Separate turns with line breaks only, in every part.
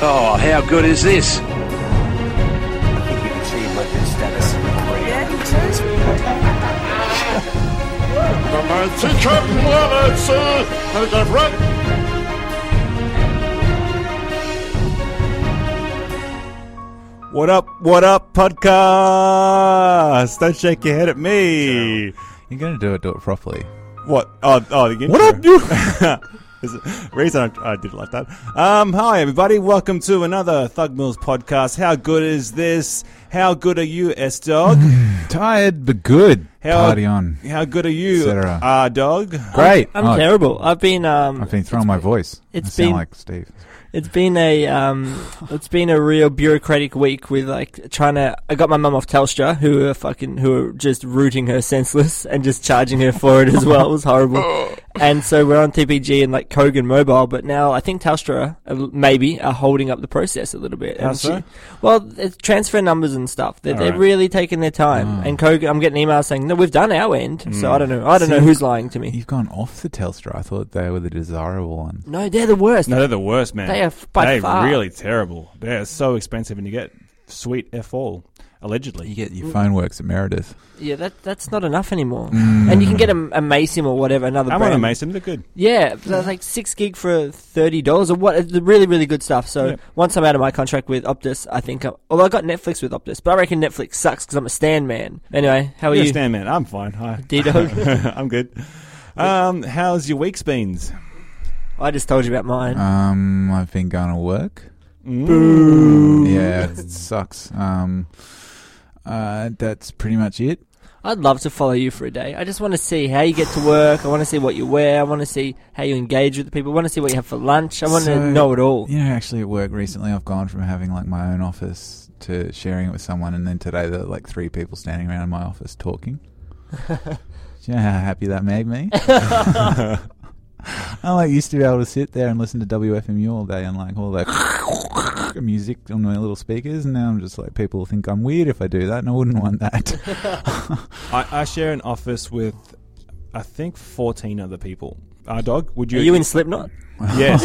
Oh, how good is this?
I think we've achieved lifting status.
What up, what up, podcast? Don't shake your head at me.
You're gonna do it. Do it properly.
What? Oh, oh the
What up,
you? Is it, reason I, I did it like that. Um, hi, everybody. Welcome to another Thug Mills podcast. How good is this? How good are you, S Dog?
Tired but good.
How,
Party on.
How good are you,
Et cetera.
R Dog?
Great.
I'm
Oh,
terrible. I've been um,
I've been throwing my voice.
it's
I sound
been-
like Steve.
it's been a um, it's been a real bureaucratic week with like trying to. I got my mum off Telstra, who are fucking who are just rooting her senseless and just charging her for it as well. It was horrible. and so we're on TPG and like Kogan Mobile, but now I think Telstra uh, maybe are holding up the process a little bit.
How
And
so?
she- well, it's transfer numbers and stuff. They're, they're
Alright. Ah.
really taking their time. And Kogan, I'm getting emails saying no, we've done our end. So
Mm.
I don't know. I don't know
See,
who's lying to me.
You've gone off the Telstra. I thought they were the desirable ones.
No, they're the worst.
No, they're the worst, man.
They are f- by
They're
far.
really terrible. They're so expensive, and you get sweet F all, allegedly.
You get
Mm.
your phone works at Meredith.
Yeah, that that's not enough anymore. And you can get a, a Masim or whatever another
I'm on
brand.
a Mason. They're good.
Yeah, that's like six gig for thirty dollars or what? It's really really good stuff. So
Yeah.
once I'm out of my contract with Optus, I think. i although I got Netflix with Optus, but I reckon Netflix sucks because I'm a stand man. Anyway, how are
You're a
you?
stand man. I'm fine. Hi.
D-Dog.
I'm good. Um, how's your week's been?
I just told you about mine.
Um, I've been going to work.
Mm.
Mm.
Yeah, it sucks. Um, uh, that's pretty much it.
I'd love to follow you for a day. I just want to see how you get to work. I want to see what you wear. I want to see how you engage with the people. I want to see what you have for lunch. I want
So-
to know it all.
You know, actually, at work recently, I've gone from having like my own office to sharing it with someone, and then today there are like three people standing around in my office talking. Do you know how happy that made me? I like used to be able to sit there and listen to WFMU all day and like all that music on my little speakers, and now I'm just like people think I'm weird if I do that, and I wouldn't want that.
I, I share an office with, I think, 14 other people. Our dog, would you?
Are you in Slipknot?
Yes.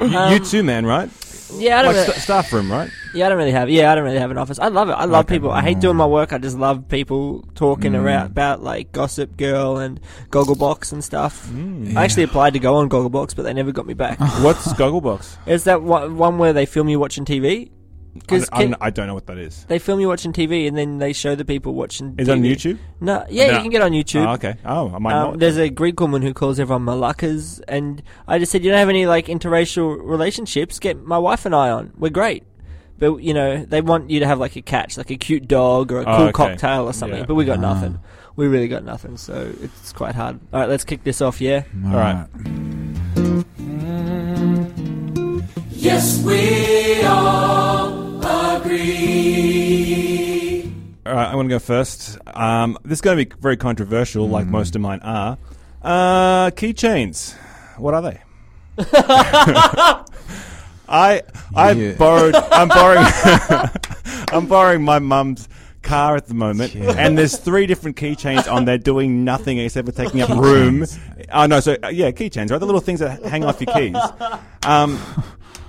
you, you too, man, right?
Yeah, Um, I don't
Like
know.
sta- staff room, right?
Yeah, I don't really have. Yeah, I don't really have an office. I love it. I love
Okay.
people. I hate doing my work. I just love people talking
Mm.
around about like Gossip Girl and Gogglebox and stuff. I actually applied to go on Gogglebox, but they never got me back.
Mm. What's Gogglebox?
Is that one, one where they film you watching TV? Because
I, I'm- I don't know what that is.
they film you watching TV and then they show the people watching.
Is it
TV.
on YouTube?
No, yeah,
No.
you can get on YouTube.
Oh, okay. Oh, I might
Um,
not.
there's a Greek woman who calls everyone malakas, and I just said, "You don't have any like interracial relationships. Get my wife and I on. We're great." But you know, they want you to have like a catch, like a cute dog or a
Oh,
cool
okay.
cocktail or something.
Yeah.
But we got
Ah.
nothing. We really got nothing, so it's quite hard. All right, let's kick this off. Yeah,
all
right. All right, I'm going to go first. Um, this is going to be very controversial,
Hmm.
like most of mine are. Uh, keychains. What are they? I I
Yeah.
borrowed. I'm borrowing. I'm borrowing my mum's car at the moment,
Yeah.
and there's three different keychains on there doing nothing except for taking up room. Oh no, so uh, yeah, keychains, right? The little things that hang off your keys. Um,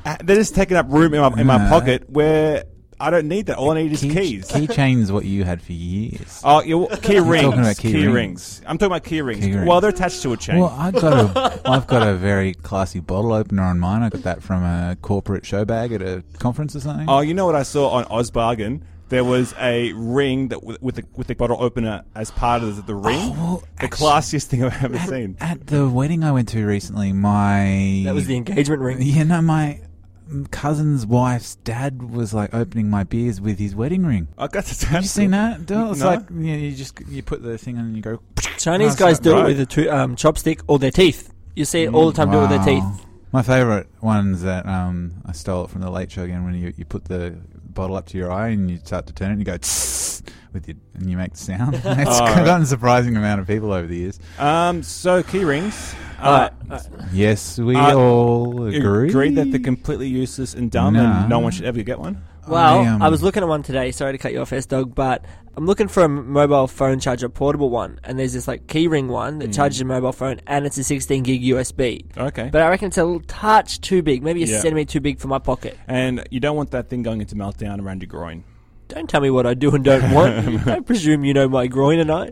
uh, they're just taking up room in my in my
Nah.
pocket where I don't need that. All I need is
Key-
keys.
Keychain's what you had for years.
Oh, yeah, well, key rings.
talking about
key,
key
rings.
rings.
I'm talking about key rings.
Key rings.
Well, they're attached to a chain.
Well, I got a, I've got a very classy bottle opener on mine. I got that from a corporate show bag at a conference or something.
oh, you know what I saw on Oz Bargain? There was a ring that with, with the with the bottle opener as part of the ring.
Oh, well,
the
actually-
classiest thing I've ever seen.
At the wedding I went to recently, my
that was the engagement ring.
you know my cousin's wife's dad was like opening my beers with his wedding ring.
I got to
Have you seen that? Dude, It's
No.
like you, know, you just you put the thing on and you go.
Chinese
That's
guys
not
do
right.
it with a tu- um, chopstick or their teeth. You see it all the time. Do it with their
Wow.
teeth.
My favourite one's that um, I stole it from the Late Show again. When you, you put the bottle up to your eye and you start to turn it, and you go tss with your and you make the sound. It's
Oh,
got
right.
an unsurprising amount of people over the years.
Um, so key rings. Um,
Uh,
Alright,
Yes, we
Uh,
all agree.
Agreed that they're completely useless and dumb,
Nah.
and no one should ever get one.
Oh, Well,
I, um,
I was looking at one today. Sorry to cut you off, S Dog, but I'm looking for a m- mobile phone charger, portable one, and there's this like keyring one that charges your mobile phone, and it's a 16 gig USB.
Hmm. Okay,
But I reckon it's a little touch too big, maybe a
Yeah.
centimetre too big for my pocket.
and you don't want that thing going into meltdown around your groin.
Don't tell me what I do and don't want. I presume you know my groin and I.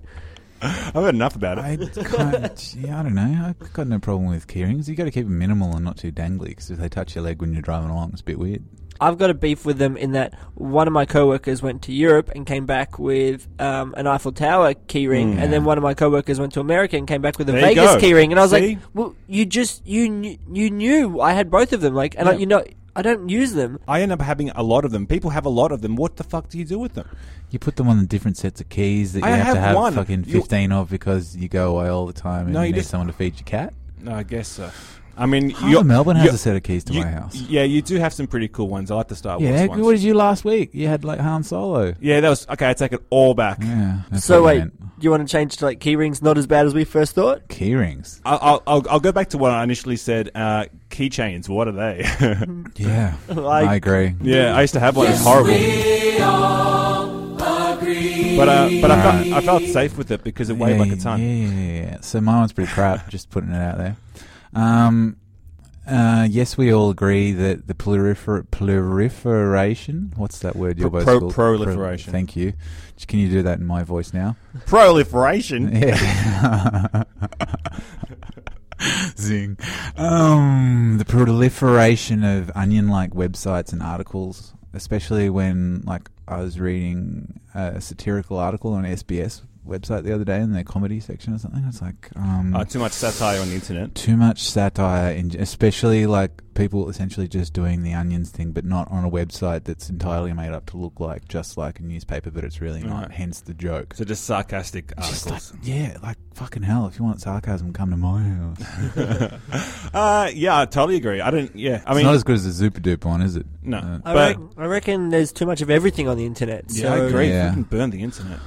I've heard enough about it.
I, can't, yeah, I don't know. I've got no problem with keyrings. you got to keep them minimal and not too dangly because if they touch your leg when you're driving along, it's a bit weird.
I've got a beef with them in that one of my coworkers went to Europe and came back with um, an Eiffel Tower keyring, and then one of my coworkers went to America and came back with a
Mm. There you
Vegas
go.
keyring, and I was
See?
like, "Well, you just you knew, you knew I had both of them, like, and I,
Yeah.
you know I don't use them.
I end up having a lot of them. People have a lot of them. What the fuck do you do with them?
You put them on the different sets of keys that you
I
have, to
have
have
one.
fucking
You-
15 of because you go away all the time and
No,
you,
you
need
just-
someone to feed your cat.
No, I guess so. I mean,
Half of Melbourne has
you're-
a set of keys to
you-
my house.
Yeah, you do have some pretty cool ones. I like the Star Wars
yeah,
ones.
what did you last week? You had like Han Solo.
yeah, that was okay. I take it all back.
Yeah. that's
So
what I
wait,
meant.
you want to change to like keyrings? Not as bad as we first thought.
keyrings.
I'll, I'll- I'll, I'll go back to what I initially said. Uh, keychains, what are they?
Yeah,
Like-
I agree.
yeah, I used to have one. it's horrible. But uh, but I felt, I felt safe with it because it weighed
yeah,
like a ton.
Yeah, yeah, yeah. So my one's pretty crap. just putting it out there. Um, uh, yes, we all agree that the prolifer- proliferation. What's that word? You're
Pro-
both
pro-
called?
proliferation.
thank you. Can you do that in my voice now?
Proliferation.
Yeah. Zing. Um, the proliferation of onion-like websites and articles, especially when like I was reading a satirical article on SBS website the other day in their comedy section or something. It's like um,
Uh, too much satire on the internet.
too much satire, in, especially like people essentially just doing the onions thing, but not on a website that's entirely made up to look like just like a newspaper, but it's really not.
Right.
Hence the joke.
So just sarcastic
Just like,
articles.
yeah, like fucking hell. If you want sarcasm, come to my house.
uh, yeah, I totally agree. I don't. Yeah, I
it's
mean,
not as good as the Zupa Duper one, is it?
No.
Uh,
I,
But-
rec- I reckon there's too much of everything on the internet.
yeah,
so, uh,
I agree.
Yeah.
You can burn the internet.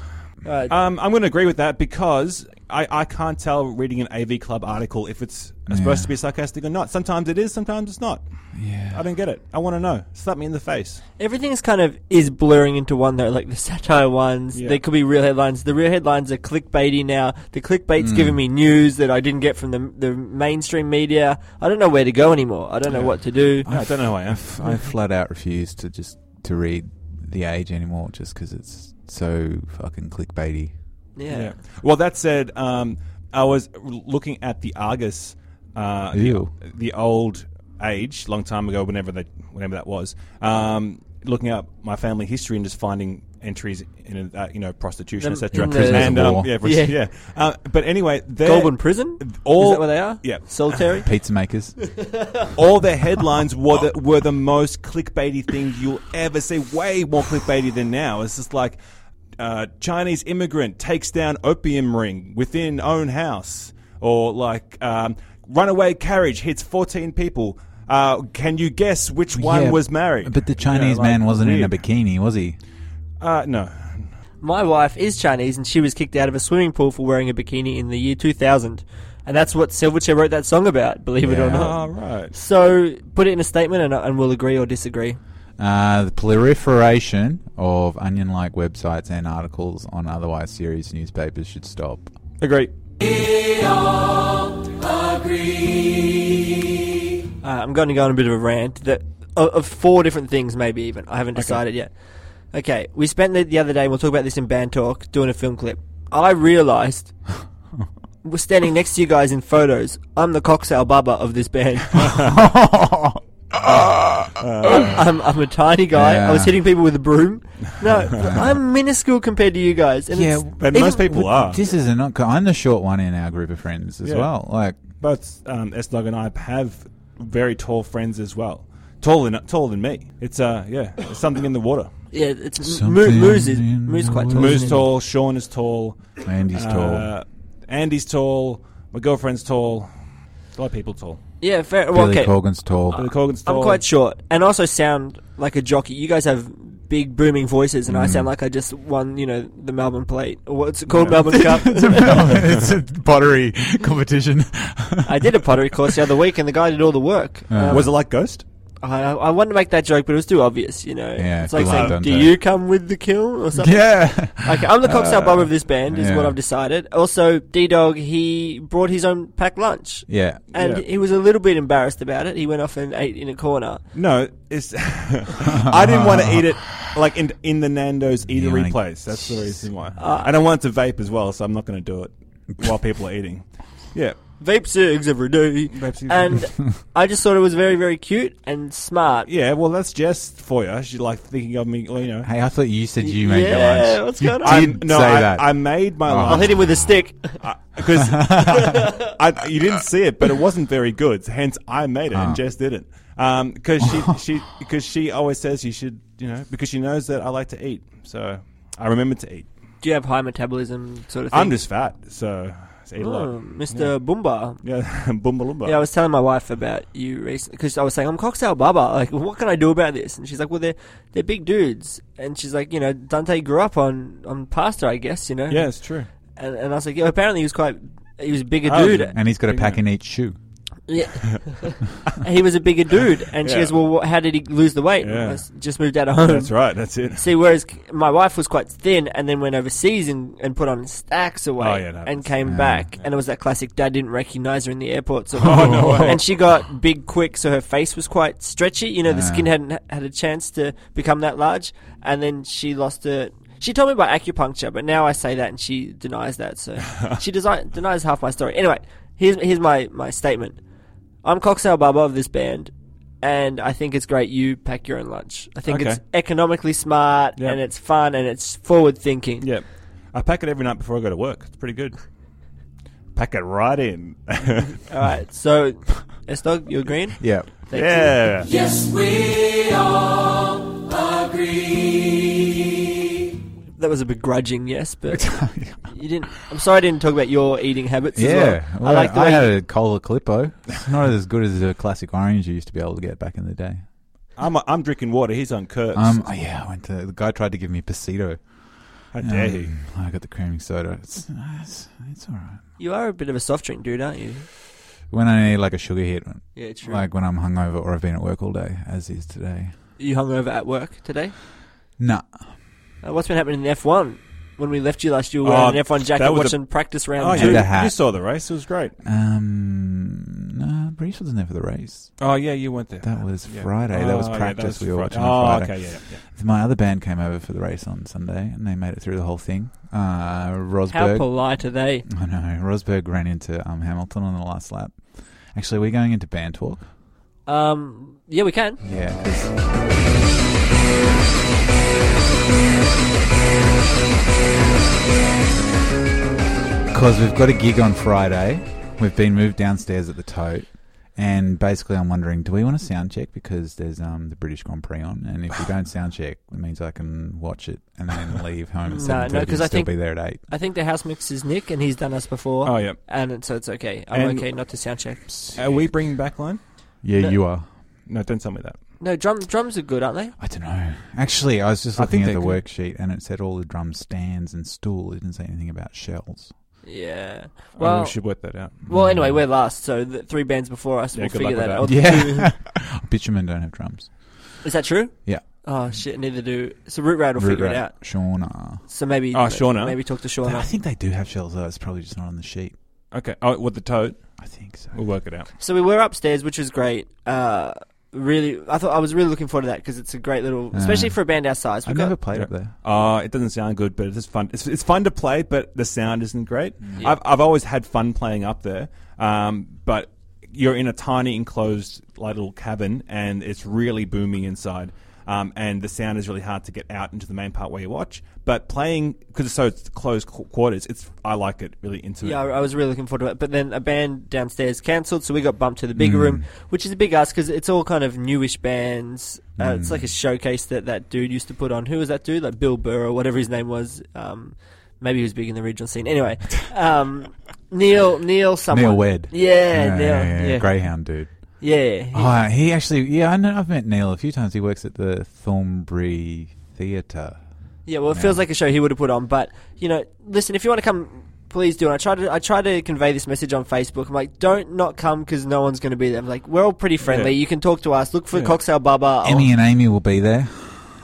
alright.
Um, I'm going to agree with that because I, I can't tell reading an AV Club article if it's supposed
Yeah.
to be sarcastic or not. Sometimes it is, sometimes it's not.
yeah.
I don't get it. I want to know. Slap me in the face.
Everything's kind of is blurring into one though, like the satire ones.
Yeah.
There could be real headlines. The real headlines are clickbaity now. The clickbait's giving me news that I didn't get from the the mainstream media. I don't know where to go anymore. I don't know what to do.
No, I don't know who I am.
F- I flat out refuse to just to read The Age anymore, just because it's so fucking clickbaity.
Yeah.
Well, that said, um, I was r- looking at the Argus, uh,
Ew.
the old age, long time ago, whenever that, whenever that was. Um, looking up my family history and just finding entries in uh, you know prostitution,
Them-
etc.
in the- Prisoners
and
of
um,
war.
yeah, pris-
Yeah.
yeah. Uh, but anyway, they're-
Goulburn prison.
all-
is that where they are?
yeah.
Solitary.
Pizza makers.
all their headlines were the, were the most clickbaity thing you'll ever see. Way more clickbaity than now. It's just like uh, Chinese immigrant takes down opium ring within own house, or like um, runaway carriage hits fourteen people. Uh, can you guess which one
Yeah,
was married?
But the Chinese
You know, like,
man wasn't in a
weird.
bikini, was he?
Uh, no.
My wife is Chinese, and she was kicked out of a swimming pool for wearing a bikini in the year 2000, and that's what Silverchair wrote that song about. Believe it or
Yeah.
not.
All right.
So put it in a statement, and, and we'll agree or disagree.
Uh, the proliferation of onion-like websites and articles on otherwise serious newspapers should stop.
Agree.
Uh, I'm going to go on a bit of a rant that of, of four different things, maybe even. I haven't decided yet. Okay, we spent the, the other day, and we'll talk about this in band talk, doing a film clip. I realised we're standing next to you guys in photos. I'm the cocktail baba of this band. I'm, I'm a tiny guy. I was
Yeah.
hitting people with a broom. No, I'm minuscule compared to you guys. And
Yeah,
it's,
But
even-
most people are.
This is a not. I'm the short one in our group of friends as
Yeah.
well. Like,
Both um, S Dog and I have very tall friends as well. Taller than taller than me. It's uh yeah, it's something in the water.
Yeah, it's Moo-
Something
Moose is
in
Moose
the
quite tall.
world.
Moo's
isn't he?
tall. Sean is tall.
Andy's tall.
Uh, Andy's tall. My girlfriend's tall. A lot of people tall.
Yeah, fair. Well,
Billy
okay. Uh,
Corgan's tall.
Billy Corgan's
I'm
tall.
quite short, and also sound like a jockey. You guys have big booming voices, and I
Mm.
sound like I just won, you know, the Melbourne Plate or what's it called, Melbourne Cup.
it's, a, it's a pottery competition.
I did a pottery course the other week, and the guy did all the work. Um,
Yeah.
Was it like Ghost?
I, I wanted to make that joke, but it was too obvious, you know.
Yeah,
it's like
good
saying,
luck,
"Do
Dante.
you come with the kiln?" or something.
yeah.
Okay, I'm the cocktail barber of this band, is what
yeah.
I've decided. Also, D Dog, he brought his own packed lunch,
Yeah.
and
Yeah.
he was a little bit embarrassed about it. He went off and ate in a corner.
No, it's. I didn't want to eat it like in in the Nando's
You
eatery
wanna-
place. That's the reason why. and I want it to vape as well, so I'm not going to do it while people are eating. Yeah,
Vape cigs every day, and I just thought it was very, very cute and smart.
yeah. Well, that's Jess for you. She like thinking of me. well, You know,
Hey, I thought you said you made
Yeah,
the lunch.
what's
you
going on?
I
did
no,
say
I,
that.
I made my
Oh.
I'll hit him with a stick.
because you didn't see it, but it wasn't very good. Hence, I made it,
Ah.
and Jess didn't. Because she she because she always says you should you know because she knows that I like to eat, so I remember to eat.
Do you have high metabolism sort of thing?
I'm just fat, so I just eat a
Oh,
Mm.
lot.
Mr. Boomba.
Yeah, boomba loomba.
Yeah, I was telling my wife about you recently because I was saying I'm cocktail barber. Like, what can I do about this? And she's like, Well, they're they're big dudes, and she's like, you know, Dante grew up on on pasta, I guess, you know.
yeah, it's true.
And, and I was like, yeah, apparently he was quite he was a bigger
Oh,
dude.
And he's got a pack in each shoe.
Yeah. he was a bigger dude, and she
Yeah.
goes, well, what, how did he lose the weight? And I
Yeah.
was, just moved out of home.
That's right. That's it.
See, whereas c- my wife was quite thin and then went overseas and, and put on stacks away
Oh, yeah, that
and
was-
came
yeah.
back. And it was that classic dad didn't recognize her in the airport. Sort
Oh, no way.
And she got big quick, so her face was quite stretchy. You know, the
Yeah.
skin hadn't h- had a chance to become that large. And then she lost her. She told me about acupuncture, but now I say that and she denies that. So she desi- denies half my story. Anyway, here's, here's my, my statement I'm Coxal Baba of this band. And I think it's great you pack your own lunch. I think
Okay.
it's economically smart
Yep.
and it's fun and it's forward thinking.
Yeah, I pack it every night before I go to work. It's pretty good. Pack it right in.
All right, so S Dog, you're green.
Yeah.
Thank you.
yeah.
Yes, we all agree.
that was a begrudging yes, but you didn't. I'm sorry, I didn't talk about your eating habits. as well.
Yeah. Well,
I like the way.
had a cola clippo. It's not as good as a classic orange you used to be able to get back in the day.
I'm I'm drinking water. He's on Kirk's.
Um, oh, yeah, I went to the guy tried to give me pasito.
How dare
Um,
he?
I got the creaming soda. It's, it's, it's all right.
you are a bit of a soft drink dude, aren't you?
When I need like a sugar hit,
Yeah, true.
like when I'm hungover or I've been at work all day, as is today.
you hung over at work today.
Nah,
Uh, what's been happening in F1? When we left you last year, you were wearing
Oh,
an F1 jacket
that was a-
watching practice
Oh,
round two.
you,
a hat.
you saw the race. It was great.
um, nah, Breach wasn't there for the race.
Oh yeah, you went there.
That was
Yeah.
Friday. that was
Oh, yeah, was
practice. we were
Fri-
watching
Oh,
on Friday.
okay, yeah, yeah, yeah.
My other band came over for the race on Sunday, and they made it through the whole thing. Uh,
How
Rosberg,
polite are they?
I know. Rosberg ran into um, Hamilton on the last lap. Actually, we're going into band talk.
Um, yeah, we can.
Yeah, 'cause- Because we've got a gig on Friday. We've been moved downstairs at the tote. And basically, I'm wondering, do we want to sound check? Because there's um, the British Grand Prix on, and if we don't sound check, it means I can watch it and then leave home
No,
at
no,
seven thirty.
'cause
still
I think-
be there at eight.
I think the house mix is Nick, and he's done us before,
Oh yeah.
and it- so it's okay. I'm
And-
okay not to sound check.
Are we bringing back line?
Yeah,
No.
you are.
No, don't tell me that.
No, drum drums are good, aren't they?
I don't know. Actually, I was just
I
looking at
think
the
they're
worksheet, and it said all the drum stands and stool. It didn't say anything about shells.
Yeah.
Oh,
Well,
we should work that out.
well. Anyway, we're last, so the three bands before us
Yeah,
will
good
figure that out.
luck
Yeah. Bitumen don't have drums.
Is that true?
Yeah.
Oh shit, neither do. So Root Rat will
Root
figure
Rat,
it out.
Shauna.
So maybe.
Oh, Shauna.
Maybe talk to
I
Shauna.
think they do have shells, though. It's probably just not on the sheet.
Okay. Oh, with the toad,
I think so.
we'll work it out.
So we were upstairs, which was great. Uh, really, I thought I was really looking forward to that because it's a great little,
Uh,
especially for a band our size.
I've
We've got-
never played
yeah.
up there.
Uh, it doesn't sound good, but it is fun. It's, it's fun to play, but the sound isn't great.
Yeah.
I've, I've always had fun playing up there, um, but you're in a tiny enclosed like, little cabin, and it's really booming inside. Um, and the sound is really hard to get out into the main part where you watch. But playing because it's so it's closed qu- quarters, it's I like it really intimate.
Yeah, I I was really looking forward to it. But then a band downstairs cancelled, so we got bumped to the bigger
Mm.
room, which is a big ask because it's all kind of newish bands. Uh, It's like a
Mm.
showcase that that dude used to put on. Who was that dude? Like Bill Burr or whatever his name was. Um, maybe he was big in the regional scene. Anyway, um, Neil, Neil, someone.
Neil Wed.
Yeah,
yeah,
Neil. Yeah,
yeah, Oh,
yeah.
Greyhound dude.
Yeah, he-
Oh, he actually, yeah, I know, I've met Neil a few times. He works at the Thornbury theater.
Yeah, well, it
Yeah.
feels like a show he would have put on. But you know, listen, if you want to come, please do. And I try to I try to convey this message on Facebook. I'm like, don't not come because no one's going to be there. I'm like, we're all pretty friendly.
Yeah.
You can talk to us. Look for
Yeah.
Cocktail Baba.
Emmy and Amy will be there.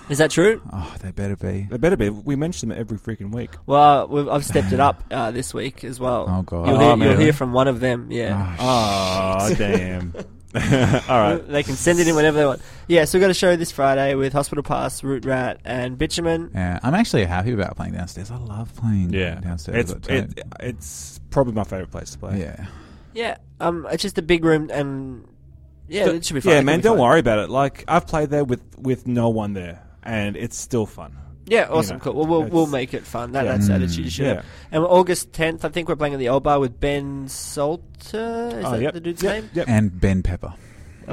Is that true?
Uh,
Oh, they better be.
They better be. We mention them every freaking week.
Well, uh, we've, I've stepped it up uh, this week as well.
Oh, God.
you'll,
Oh,
hear,
man.
you'll hear from one of them. Yeah.
Oh,
Oh, damn. All right.
They can send it in whenever they want. Yeah, so we've got a show this Friday with Hospital Pass, Root Rat, and Bitumen.
Yeah, I'm actually happy about playing downstairs. I love playing
Yeah.
downstairs.
It's,
but don't-
it, it's probably my favorite place to play.
yeah.
Yeah, um, it's just a big room, and yeah, it should be fun.
Yeah,
It
man,
can be
don't
fun.
worry about it. Like, I've played there with, with no one there, and it's still fun.
Yeah, awesome,
know,
cool. Well, we'll, we'll
it's-
make it fun. That,
yeah. Mm,
That's the attitude you should
Yeah.
have. And August 10th, I think we're playing at the Old Bar with Ben Salter. Is that
Oh, yep.
the dude's
Yep,
name?
Yep.
And Ben Pepper.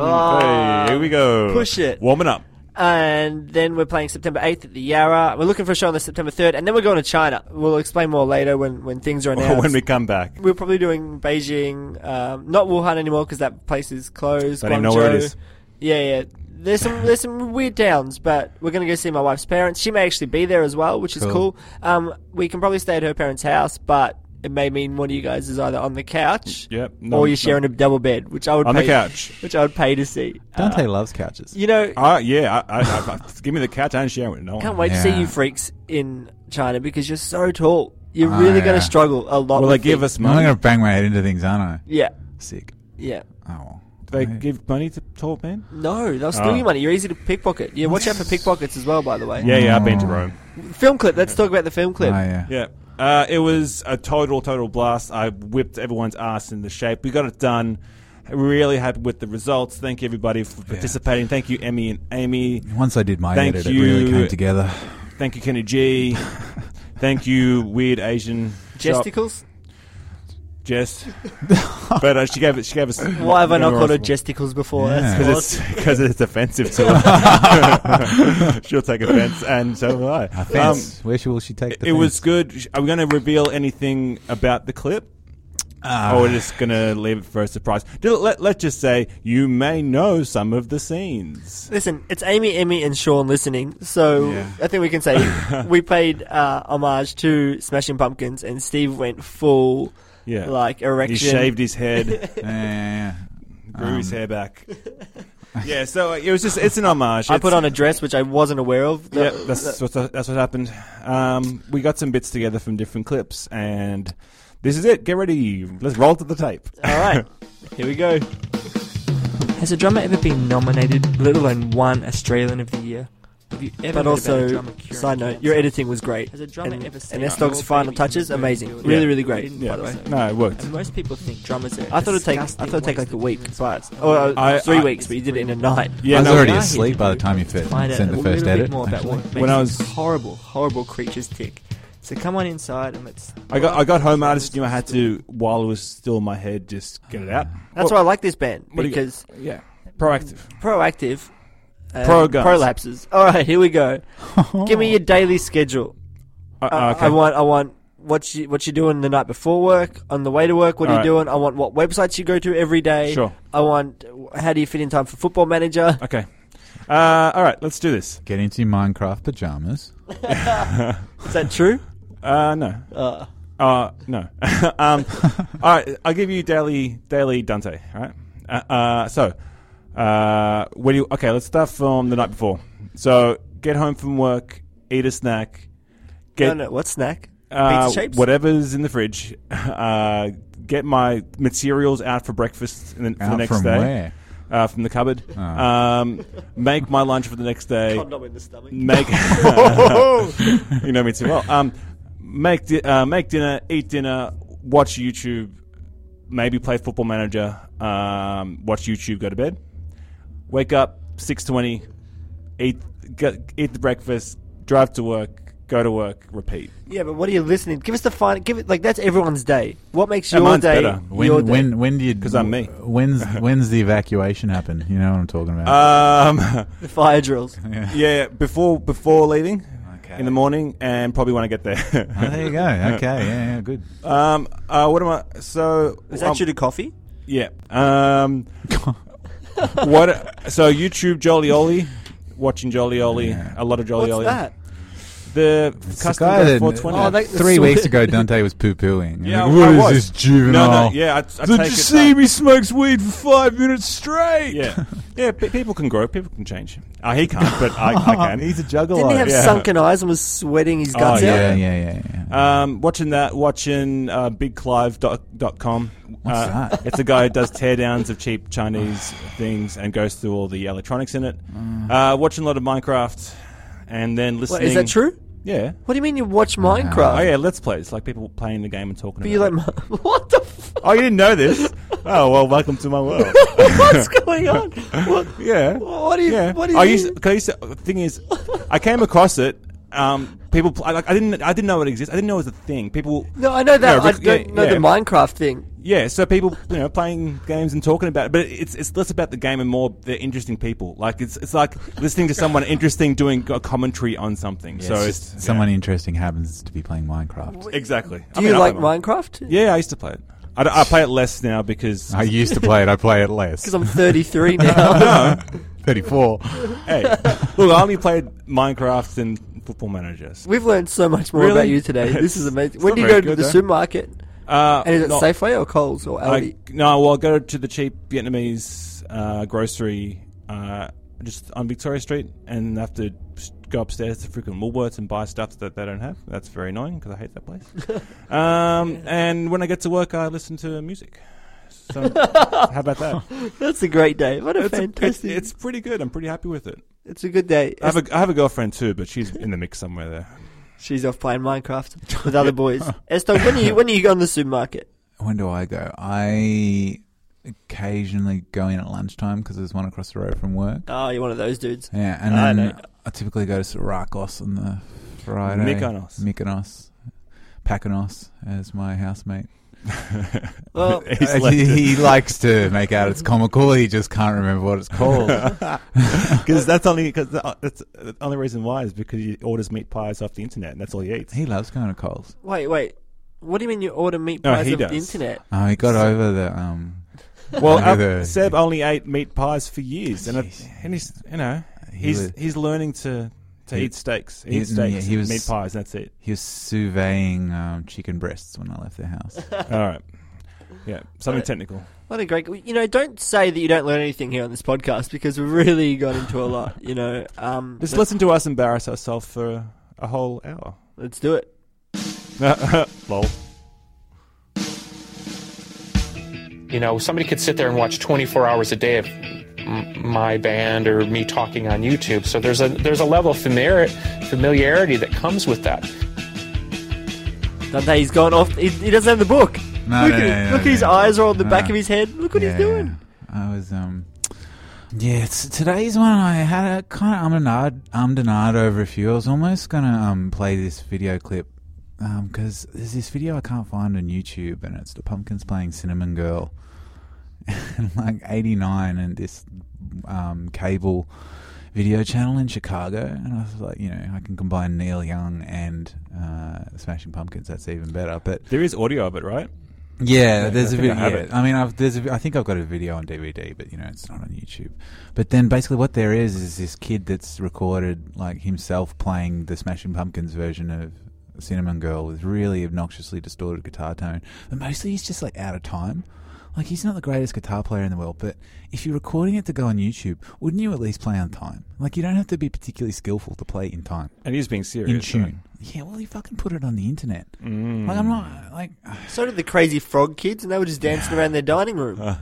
Oh.
Hey, here we go.
Push it.
Warming up.
And then we're playing September 8th at the Yarra. We're looking for a show on the September 3rd. And then we're going to China. We'll explain more later when, when things are announced.
when we come back.
we're probably doing Beijing, um, not Wuhan anymore because that place is closed.
Don't even know where it
Guangzhou.
is.
Yeah, yeah. There's some there's some weird towns, but we're gonna go see my wife's parents. She may actually be there as well, which is
Cool.
cool. Um, we can probably stay at her parents' house, but it may mean one of you guys is either on the couch,
Yep, no,
or you're
no.
sharing a double bed, which I would
On the
pay-
couch.
which I would pay to see. Uh,
Dante loves couches.
you know, I
Ah, yeah. I, I, I, give me the couch and share with no one.
can't wait to see
Yeah.
you freaks in China because you're so tall. You're
Oh,
really
yeah.
gonna struggle a lot.
Will they
with
give
things.
us
I'm not
money?
going to bang my head into things, aren't I?
Yeah,
Sick.
yeah.
Oh, well.
Do they
Hey.
give money to tall men?
No, they'll steal
Oh.
your money. You're easy to pickpocket. Yeah, watch out for pickpockets as well, by the way.
Yeah, yeah. I've been to
Oh.
Rome.
Film clip. Let's talk about the film
Oh,
clip.
yeah.
Yeah. Uh, it was a total, total blast. I whipped everyone's ass in the shape. We got it done. Really happy with the results. Thank you, everybody, for participating. Thank you, Emmy and Amy.
Once I did my
Thank
edit, it really
you.
came together.
Thank you, Kenny G. Thank you, Weird Asian Shop,
Gesticles?
Jess. but uh, she gave it. She gave us.
Why have I not called her gesticles before?
Yeah.
Because
That's because
it's, 'cause it's offensive to her. She'll take offense, and so will I. Um,
Fence. Where she, will she take the
it was
fence?
good. Sh- Are we going to reveal anything about the clip?
Ah.
or we're just going to leave it for a surprise? Do- Let, let's just say you may know some of the scenes.
Listen, it's Amy, Emmy, and Sean listening, so I think we can say we paid uh, homage to Smashing Pumpkins, and Steve went full
Yeah.
like erection.
he shaved his head,
Yeah, yeah,
grew his
Um.
hair back. yeah, so uh, it was just, it's an homage.
I
It's-
put on a dress which I wasn't aware of.
Yeah,
The-
that's what that's what happened. Um, we got some bits together from different clips, and this is it. Get ready. Let's roll to the tape.
All right, here we go. Has a drummer ever been nominated, let alone won Australian of the Year?
Have you ever
But
heard about a
also,
drummer curing
side note,
cancer?
your editing was great.
Has a drummer
and-
ever
and
saved
S
your
Dog's final
baby
touches,
from birth
amazing.
to a
Really,
death?
really
I
great.
didn't
By
Yeah.
the way,
No, it worked.
And most people think drummers are.
I thought it'd take I thought it'd take like a week, but or, uh,
I-
three
I-
weeks, but you did it in a night.
Yeah,
I was
no,
already
Guy
asleep
here
by the
to
time you fit,
find out
sent
a
the first
little bit
edit.
More about
actually.
what
When
makes
I was-
these horrible, horrible creatures tick. So come on inside and let's.
I got I got home artist and I had to while it was still in my head just get it out.
That's why I like this band
what do you-
because
Yeah, proactive.
proactive, uh,
Pro guns.
prolapses. All right, here we go. Give me your daily schedule.
Uh,
I-
uh, okay.
I want I want what you what you doing the night before work, on the way to work. What are you
All right.
doing? I want what websites you go to every day.
Sure.
I want how do you fit in time for Football Manager?
okay. Uh, all right, let's do this.
Get into your Minecraft pajamas.
Is that true?
Uh, no.
Uh,
Uh, no. um, all right, I'll give you daily daily Dante. All right. Uh, uh, so, uh, what do you? Okay, let's start from the night before. So, get home from work, eat a snack,
no,
get
no. What snack?
uh,
Pizza shapes?
whatever's in the fridge, uh, get my materials out for breakfast and then for the
Out
next
from
day.
where? Ah.
Uh, from the cupboard. Um, make my lunch for the next day.
Condom in the stomach.
Make you know me too well. Um, make di- uh, make dinner, eat dinner, watch YouTube, maybe play Football Manager, um, watch YouTube, go to bed, wake up six twenty, eat get, eat the breakfast, drive to work, go to work, repeat.
Yeah, but what are you listening? Give us the fine. Give it like that's everyone's day. What makes
Yeah,
your
mine's
day
better.
your
When,
day?
when, when do you? Because
I'm me.
When's when's the evacuation happen? You know what I'm talking about.
Um,
the fire drills.
yeah, before before leaving.
Okay.
In the morning, and probably when I get
Oh,
there.
there you go. Okay, yeah, yeah good.
um, uh, what am I? So
Is that
um,
you to coffee?
Yeah. Um, what? So YouTube Jolly Ollie, watching Jolly Ollie,
Yeah.
a lot of Jolly
What's
Ollie.
that?
The
It's the
custom
guy
guy
that-
420.
Oh, they-
Three weeks ago, Dante was poo pooing.
Yeah,
like, what
I
is
was.
this juvenile?
no, no, yeah, I, I take
Did
it
you see
back.
me smokes weed for five minutes straight?
Yeah, yeah. pe people can grow. People can change. Uh, he can't, but I, I can.
He's a juggler.
Didn't he have
Oh, yeah.
sunken eyes and was sweating his guts
Oh,
out?
yeah, yeah, yeah, yeah.
Um, watching that, watching uh, bigclive.com.
What's
uh,
that?
It's a guy who does teardowns of cheap Chinese things and goes through all the electronics in it. Uh, watching a lot of Minecraft and then listening.
Mm. What, is that true?
Yeah.
What do you mean you watch Minecraft?
Oh, yeah, Let's Plays. Like people playing the game and talking
But
about
you like,
it.
Mi- what the fuck?
Oh, you didn't know this? oh, well, welcome to my world.
What's going on? What,
yeah.
what do you?
Yeah.
What do you?
I used, cause I used to, the thing is, I came across it. Um, people, pl- like, I didn't, I didn't know it exists. I didn't know it was a thing. People,
no, I know that.
No,
I
but-
don't
yeah,
know the
yeah.
Minecraft thing.
Yeah, so people, you know, playing games and talking about it, but it's it's less about the game and more the interesting people. Like it's it's like listening to someone interesting doing a commentary on something. so
It's
it's,
just someone interesting happens to be playing Minecraft.
yeah, exactly.
Do you like Minecraft?
Yeah, I used to play it. I, d- I play it less now because
I used to play it. I play it less.
Because I'm 33 now.
Thirty-four.
hey, look, I only played Minecraft and Football Manager. so-
We've learned so much more
Really?
about you today. This is amazing. When
not
do you go
very
to
good,
the
though.
supermarket?
Uh,
And is it
not-
Safeway or Coles or Aldi?
I, no, well, I go to the cheap Vietnamese uh, grocery uh, just on Victoria Street and have to s- go upstairs to freaking Woolworths and buy stuff that they don't have. That's very annoying because I hate that place. um, and when I get to work, I listen to music. So, how about that?
That's a great day. What a
It's, a- it's,
fantastic!
it's pretty good. I'm pretty happy with it.
it's a good day.
I have, a, I have a girlfriend too, but she's in the mix somewhere there.
She's off playing Minecraft with other boys. Estog, when are you when are you going to the supermarket?
When do I go? I occasionally go in at lunchtime because there's one across the road from work.
Oh, you're one of those dudes.
Yeah, and
Ah,
I
then
know.
I typically go to Sarakos on the Friday.
Mykonos.
Mykonos. Pakanos, as my housemate.
Well,
He's
Uh,
left
he,
it.
he likes to make out it's comical. He just can't remember what it's called.
Because that's only cause the- that's the only reason why is because he orders meat pies off the internet and that's all he eats.
he loves going to Coles.
wait, wait. What do you mean you order meat
No,
pies
he
off the
does.
internet?
Oh, he got over the. Um,
Well,
Under
uh,
the-
Seb only ate meat pies for years, and, it, and he's you know
He
he's
was-
he's learning to to
He-
eat steaks,
he-
eat steaks,
yeah, he was-
meat pies. That's it.
he was surveying um, chicken breasts when I left the house.
All right, yeah, something technical.
What a great. You know, don't say that you don't learn anything here on this podcast because we've really got into a lot. You know, um,
Just
let's,
listen to us embarrass ourselves for a, a whole hour.
let's do it.
Lol.
You know, somebody could sit there and watch 24 hours a day of m- my band or me talking on YouTube. So there's a there's a level of familiar, familiarity that comes with that.
Dante, he's gone off. He, he doesn't have the book.
No,
look
no,
at,
no,
him.
no,
look,
no,
his
no.
eyes are on the back
Ah.
of his head. Look what
Yeah,
he's doing.
I was um yeah, it's, today's one I had a kind of um and ahd, um and ahd over a few. I was almost gonna um play this video clip because there's this video I can't find on YouTube, and it's the Pumpkins playing Cinnamon Girl, and like '89, and this um cable video channel in Chicago, and I was like, you know, I can combine Neil Young and uh, Smashing Pumpkins. That's even better, but
There is audio of it, right?
yeah, there's
I
a
think I
video.
have
yeah.
it.
I mean, I've, there's a, I think I've got a video on DVD, but you know, it's not on YouTube. But then basically, what there is is this kid that's recorded like himself playing the Smashing Pumpkins version of Cinnamon Girl with really obnoxiously distorted guitar tone. But mostly, he's just like out of time. Like he's not the greatest guitar player in the world, but if you're recording it to go on YouTube, wouldn't you at least play on time? Like you don't have to be particularly skillful to play in time,
And he's being serious.
in
right?
tune. Yeah, well, he fucking put it on the internet.
Mm.
Like I'm not like
So did the crazy frog kids, and they were just dancing around their dining room.
Uh.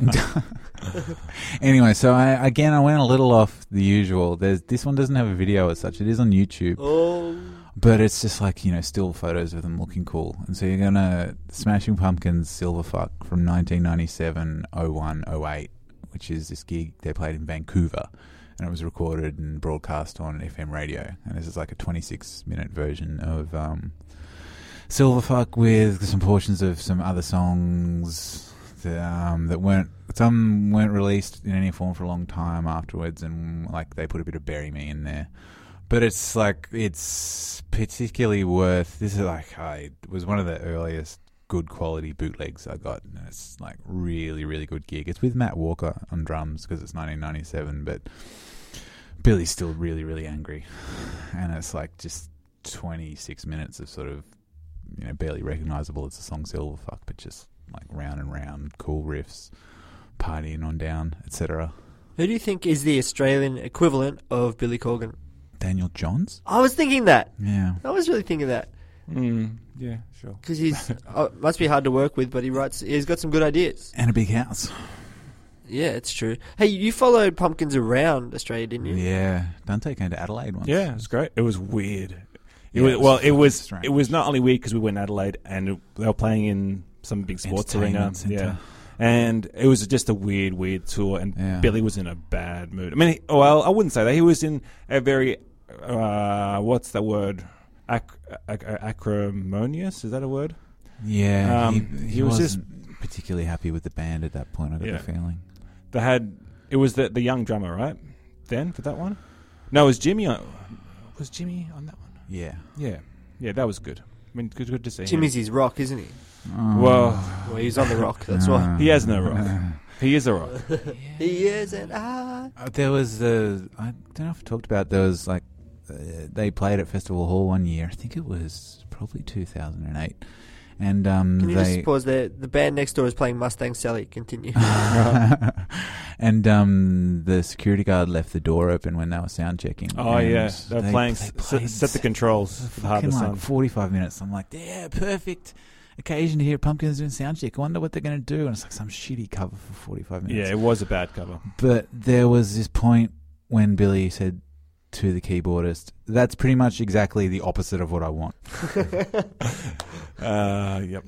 Anyway, so I, again, I went a little off the usual. There's this one doesn't have a video as such. It is on YouTube,
oh,
but it's just like you know, still photos of them looking cool. And so you're gonna Smashing Pumpkins, Silver Fuck from oh 1997, 01, 08, which is this gig they played in Vancouver, and it was recorded and broadcast on FM radio. And this is like a 26 minute version of um, Silver Fuck with some portions of some other songs that, um, that weren't some weren't released in any form for a long time afterwards, and like they put a bit of "Bury Me" in there. But it's like it's particularly worth. This is like I it was one of the earliest good quality bootlegs I got, and it's like really really good gig. It's with Matt Walker on drums because it's 1997, but Billy's still really, really angry. And it's like just 26 minutes of sort of, you know, barely recognizable as the song Silverfuck, but just like round and round, cool riffs, partying on down, etc.
Who do you think is the Australian equivalent of Billy Corgan?
Daniel Johns?
I was thinking that.
Yeah.
I was really thinking that
Mm, yeah, sure.
because he's uh, must be hard to work with, but he writes. He's got some good ideas.
And a big house.
Yeah, it's true. Hey, you followed Pumpkins around Australia, didn't you?
Yeah. Dante came to Adelaide once.
Yeah, it was great. It was weird. It
Yeah,
was,
it was
well, it
fucking
was
strange.
it was not only weird because we were in Adelaide and it- they were playing in some big sports arena.
Entertainment centre.
Yeah. And it was just a weird, weird tour, and
Yeah.
Billy was in a bad mood. I mean, he- well, I wouldn't say that. He was in a very, uh, what's the word? Ac- ac- acrimonious? Is that a word?
Yeah.
Um,
he, he,
he was
was
just-
not particularly happy with the band at that point, I got
Yeah.
the feeling.
They had, it was the, the young drummer, right? Then, for that one? No, it was Jimmy. On, was Jimmy on that one?
Yeah.
Yeah. Yeah, that was good. I mean, good, good to see him.
Jimmy's his rock, isn't he?
Oh.
Well,
Well, he's on the rock. That's why
He has no rock. He is a rock.
he is. And I
Uh, There was the I don't know if I talked about there was like uh, they played at Festival Hall one year. I think it was probably 2008, and um,
can you
they
just pause there? The band next door is playing Mustang Sally. Continue.
and um, the security guard left the door open when they were sound checking.
Oh
and
yeah, they're
they-
playing
they
s-
played
s- set the controls for the
fucking
hardest
like
sun.
45 minutes. I'm like, yeah, perfect occasion to hear pumpkins doing sound check. I wonder what they're going to do. And it's like some shitty cover for 45 minutes.
Yeah, it was a bad cover.
But there was this point when Billy said to the keyboardist, "That's pretty much exactly the opposite of what I want."
Uh, yep.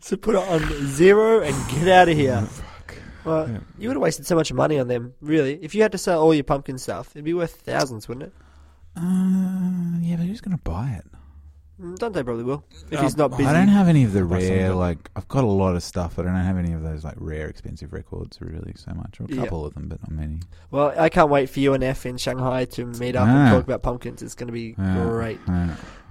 so put it on zero and get out of here. Well,
Yeah.
you would have wasted so much money on them, really. If you had to sell all your pumpkin stuff, it'd be worth thousands, wouldn't it?
Uh, yeah, but who's going to buy it?
Mm, Dante probably will if
Um,
he's not busy.
I don't have any of the
Buy some
rare.
of it.
Like, I've got a lot of stuff, but I don't have any of those like rare, expensive records really so much. Or a
Yeah.
couple of them, but not many.
Well, I can't wait for you and F in Shanghai to meet up
Ah.
and talk about pumpkins. It's going to be
Yeah.
great.
Uh,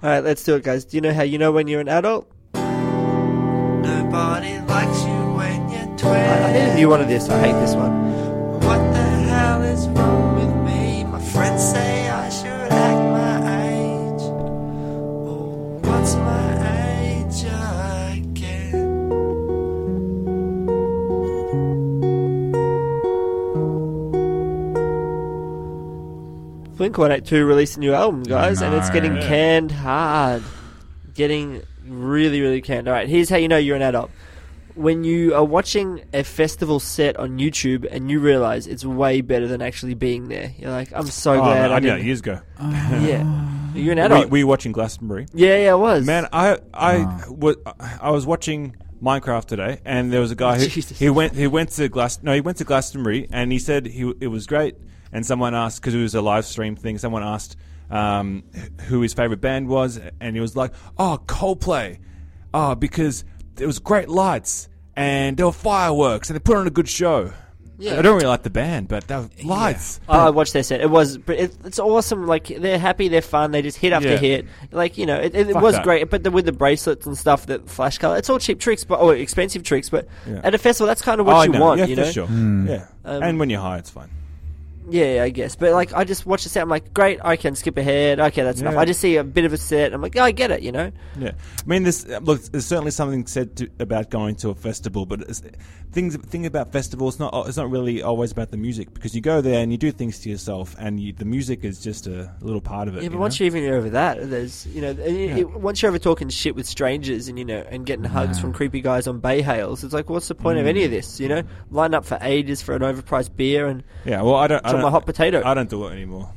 All right, let's do it, guys. Do you know how you know when you're an adult?
Nobody likes you when you're 12.
I, I need a new one of this. I hate this one.
What the hell is wrong with me? My friends say I should act my age. Oh, what's my age again?
Blink 182 released a new album, guys, and it's getting
No.
canned hard. Getting really, really canned. All right, here's how you know you're an adult. When you are watching a festival set on YouTube and you realize it's way better than actually being there, you're like, I'm so
oh,
glad
man, I
uh, I
did that
didn't.
years ago.
Yeah. You're an
We,
adult.
we were watching Glastonbury.
yeah, yeah, I was.
Man, I I
Ah.
was I was watching Minecraft today, and there was a guy who
Jesus.
he went he went to Glass no he went to Glastonbury, and he said he it was great. And someone asked because it was a live stream thing. Someone asked um, who his favorite band was, and he was like, "Oh, Coldplay, oh because it was great lights and there were fireworks and they put on a good show."
Yeah.
I don't really like the band, but the lights.
Oh, I watched their set. It was, but it, it's awesome. Like they're happy, they're fun. They just hit after
Yeah.
hit. Like you know, it, it, it
Fuck
was
that.
great. But the, with the bracelets and stuff, that flash color, it's all cheap tricks, but or expensive tricks. But
Yeah.
at a festival, that's kind of
Oh,
what
I
you
know.
want.
yeah,
you
for
know,
sure. Yeah,
Um,
and when you're high, it's fine.
yeah, I guess. But like, I just watched the set. I'm like, great. I can skip ahead. Okay, that's enough.
Yeah.
I just see a bit of a set. I'm like, oh, I get it. You know,
Yeah, I mean, this look. There's certainly something said to, about going to a festival, but it's, things thing about festivals. It's not uh, it's not really always about the music because you go there and you do things to yourself, and you, the music is just a little part of it.
Yeah, but
you
once
know?
you even get over that, there's you know, and you- you- once you're over talking shit with strangers and you know, and getting hugs from creepy guys on bay hales, it's like, what's the point of any
Mm.
of this? You know, line up for ages for an overpriced beer and
yeah, well, I don't. I
from
don't
a hot potato.
I don't do it anymore.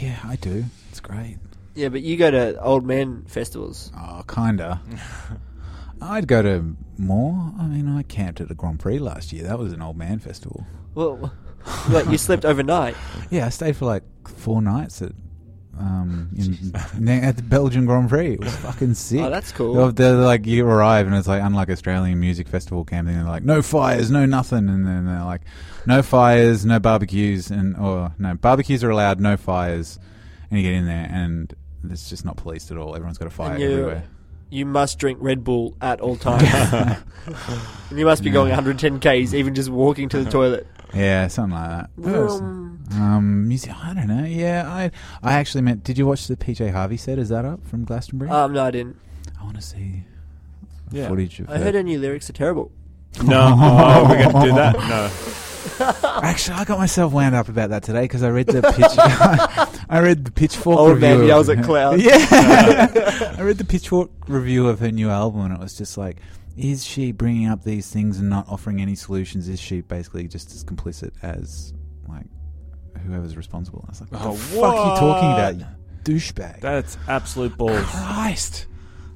yeah, I do. It's great.
yeah, but you go to old men festivals.
Oh, kinda. I'd go to more. I mean, I camped at the Grand Prix last year. That was an old man festival.
Well, like you slept overnight.
Yeah, I stayed for like four nights at um in, ne- at the Belgian Grand Prix. It was fucking sick.
Oh, that's cool.
They're, they're like you arrive and it's like unlike Australian music festival camping. They're like no fires, no nothing, and then they're like no fires, no barbecues, and or no barbecues are allowed, no fires, and you get in there and it's just not policed at all. Everyone's got a fire
you-
everywhere.
You must drink Red Bull at all times, and you must be going 110 k's even just walking to the toilet.
Yeah, something like that. What else? Um, music. I don't know. Yeah, I I actually meant. Did you watch the PJ Harvey set? Is that up from Glastonbury?
Um, no, I didn't.
I want to see
Yeah.
footage of.
I
her.
heard her new lyrics are terrible.
No, oh, we're going to do that. No.
Actually, I got myself wound up about that today because I read the pitch. I read the pitchfork.
Old
review
man
of
yells at
her-
clouds.
Yeah, I read the pitchfork review of her new album, and it was just like, is she bringing up these things and not offering any solutions? Is she basically just as complicit as like whoever's responsible? I was like, what
Oh,
the fuck are you talking
what?
about, you douchebag?
That's absolute balls.
Christ.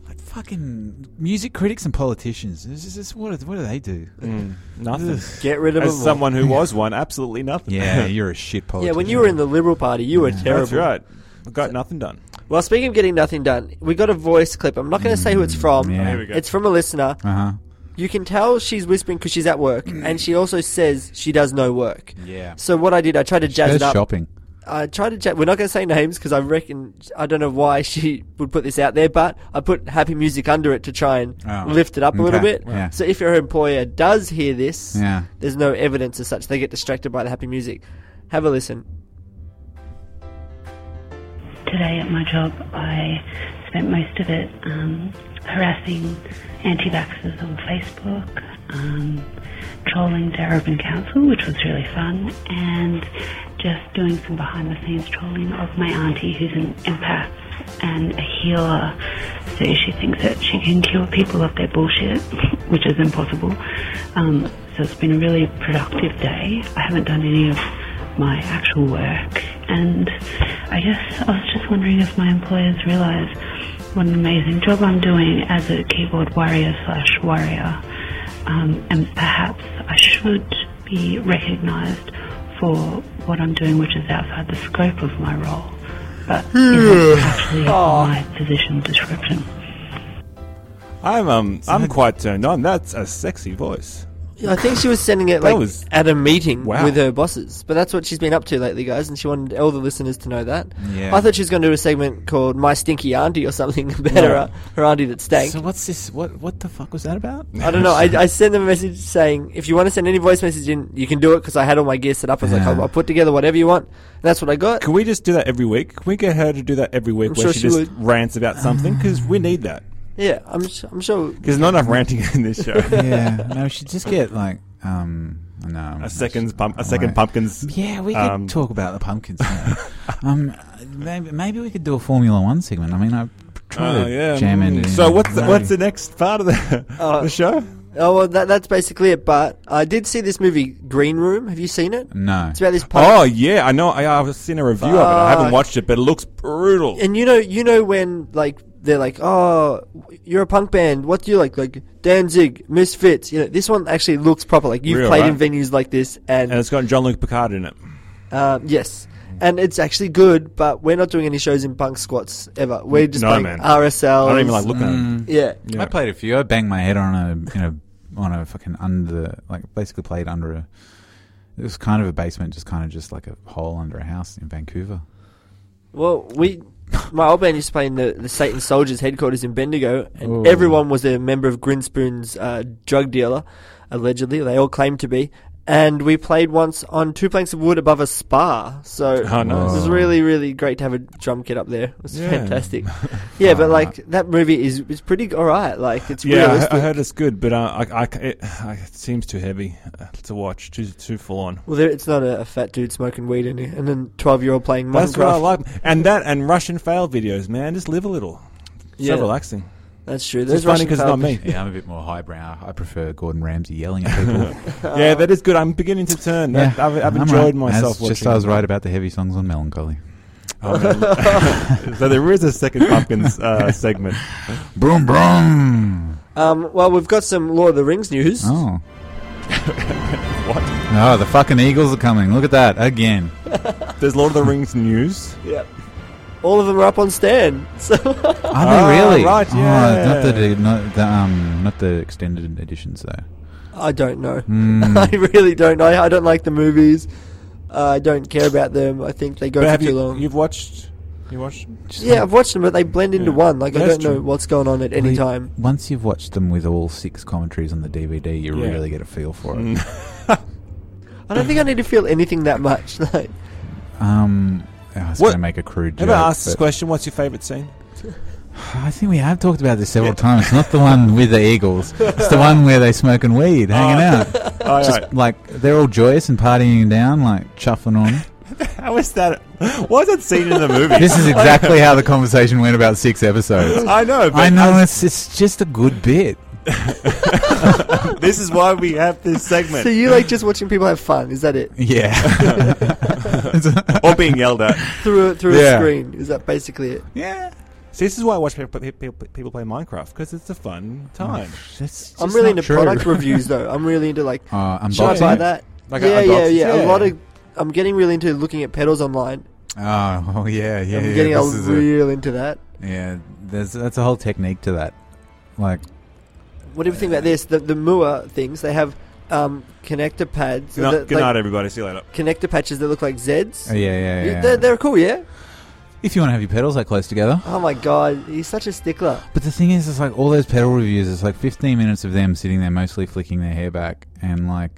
Like fucking music critics and politicians. This is this, what, do- what do they do?
Nothing.
Get rid of
As
them.
someone who was one, absolutely nothing.
Yeah, you're a shit
all. Yeah,
politician.
when you were in the Liberal Party, you were terrible.
That's right. Got nothing done.
Well, speaking of getting nothing done, we got a voice clip. I'm not going to say who it's from.
yeah. Oh, here we
go.
It's from a listener.
Uh huh.
You can tell she's whispering because she's at work, and she also says she does no work.
Yeah.
So what I did, I tried to jazz
Goes
it up.
shopping.
I tried to jazz. We're not going to say names because I reckon I don't know why she would put this out there, but I put happy music under it to try and
Oh,
lift it up a little
okay.
bit.
Yeah.
So if your employer does hear this,
Yeah.
there's no evidence as such. They get distracted by the happy music. Have a listen.
Today at my job, I spent most of it um, harassing anti vaxxers on Facebook, um, trolling Darabin Council, which was really fun, and just doing some behind the scenes trolling of my auntie, who's an empath and a healer. So she thinks that she can cure people of their bullshit, which is impossible. Um, so it's been a really productive day. I haven't done any of my actual work. And I guess I was just wondering if my employers realise what an amazing job I'm doing as a keyboard warrior slash warrior. Um, and perhaps I should be recognised for what I'm doing, which is outside the scope of my role, but isn't actually my position description.
I'm um I'm quite turned on. That's a sexy voice.
I think she was sending it
That
like
was-
at a meeting
Wow.
with her bosses, but that's what she's been up to lately, guys. And she wanted all the listeners to know that.
Yeah.
I thought she was going to do a segment called "My Stinky Auntie" or something about her, uh, her auntie that stank.
So what's this? What what the fuck was that about?
I don't know. I, I sent them a message saying, if you want to send any voice message in, you can do it because I had all my gear set up. I was like,
Yeah.
I'll, I'll put together whatever you want. And that's what I got.
Can we just do that every week? Can we get her to do that every week
I'm
where
sure
she,
she
just
would.
rants about something? Because we need that.
Yeah, I'm, s- I'm sure.
Because not enough ranting in this show.
yeah, no, we should just get like um no
a second pump, a
Alright.
second pumpkins.
Yeah, we could
Um,
talk about the pumpkins. now. um, maybe maybe we could do a Formula One segment. I mean, I tried
Oh
to
yeah.
jam
mm.
in.
so what's the,
no.
what's the next part of the, the show?
Oh, well, that, that's basically it. But I did see this movie, Green Room. Have you seen it?
No.
It's about this punk.
Oh yeah, I know. I, I've seen a review of it. I haven't
Fuck.
watched it, but it looks brutal.
Uh, And you know, you know when like they're like, oh, you're a punk band. What do you like? Like Danzig, Misfits. You know, this one actually looks proper. Like you've
Real,
played
right?
in venues like this, and,
and it's got John Luke Picard in it.
um, yes, and it's actually good. But we're not doing any shows in punk squats ever. We're just
No,
playing
man.
RSL.
I don't even like looking at
Mm.
it.
Yeah.
I played a few. I banged my head on a you know on a fucking under like basically played under a. It was kind of a basement, just kind of just like a hole under a house in Vancouver.
Well, we, my old band used to play in the, the Satan Soldiers headquarters in Bendigo,
Ooh.
and everyone was a member of Grinspoon's uh, drug dealer, allegedly. They all claimed to be. And we played once on two planks of wood above a spa. So
Oh, nice.
it was really, really great to have a drum kit up there. It was
Yeah. Oh,
fantastic. yeah, but like that movie is, is pretty all right. Like it's
Yeah,
realistic.
I, I heard it's good, but uh, I, I, it, it seems too heavy uh, to watch, too too full on.
well, there, it's not a, a fat dude smoking weed and, and then twelve year old playing Minecraft.
That's what I like, and that and Russian fail videos, man. Just live a little. It's
Yeah.
so relaxing.
That's true.
It's
There's
funny
Russian
because it's not me.
Yeah, I'm a bit more highbrow. I prefer Gordon Ramsay yelling at people.
yeah, that is good. I'm beginning to turn. That- I've, I've
Uh, I'm
enjoyed
right.
myself
That's Just
watching.
I was right about the heavy songs on Melancholy.
so there is a second pumpkins uh, segment.
Broom broom.
Um, well, we've got some Lord of the Rings news.
Oh.
What?
Oh, the fucking Eagles are coming. Look at that again.
There's Lord of the Rings news.
Yeah. All of them are up on stand. So
Are they really?
Ah, right,
Oh,
yeah.
not the not the um not the extended editions though.
I don't know. I really don't know. I don't like the movies. Uh, I don't care about them. I think they go
But
for
have
too
you,
long.
you've watched? You watched? them?
Yeah, I've watched them, but they blend into
Yeah.
one. Like I
That's
don't know
true.
what's going on at any
Well,
time.
Once you've watched them with all six commentaries on the DVD, you
Yeah.
really get a feel for it.
I I don't think I need to feel anything that much. Like,
Um, I was
What-
going to make a crude joke.
Ever asked this
but-
question? What's your favorite scene?
I think we have talked about this several times. Not the one with the eagles. It's the one where they smoking weed,
Ah.
hanging out.
All
Just like they're all joyous and partying down, like chuffing on.
How is that? Why is that scene in the movie?
This is exactly how the conversation went about six episodes.
I know, but
I know it's it's just a good bit.
this is why we have this
so
segment.
you like just watching people have fun? Is that it?
Yeah.
or being yelled at.
Through a, through
Yeah.
a screen? Is that basically it?
yeah.
See, this is why I watch people, people, people play Minecraft because it's a fun time.
Oh.
I'm really into product reviews though. I'm really into like,
Uh, I'm
should I buy
boxing.
that?
Like
yeah,
a- a
yeah,
box-
yeah,
yeah.
A lot of. I'm getting really into looking at pedals online.
Oh, oh, yeah, yeah.
I'm
yeah.
getting
this is a-
real into that.
yeah, there's that's a whole technique to that. Like,
What do you think about this? The the Mua things they have um, connector pads.
Good, night-
that,
good
like,
night, everybody. See you later.
Connector patches that look like Z's.
oh, yeah, yeah, yeah.
They're, they're cool, yeah.
if you want to have your pedals that close together.
Oh my god, he's such a stickler.
But the thing is, it's like all those pedal reviews. It's like 15 minutes of them sitting there, mostly flicking their hair back and like,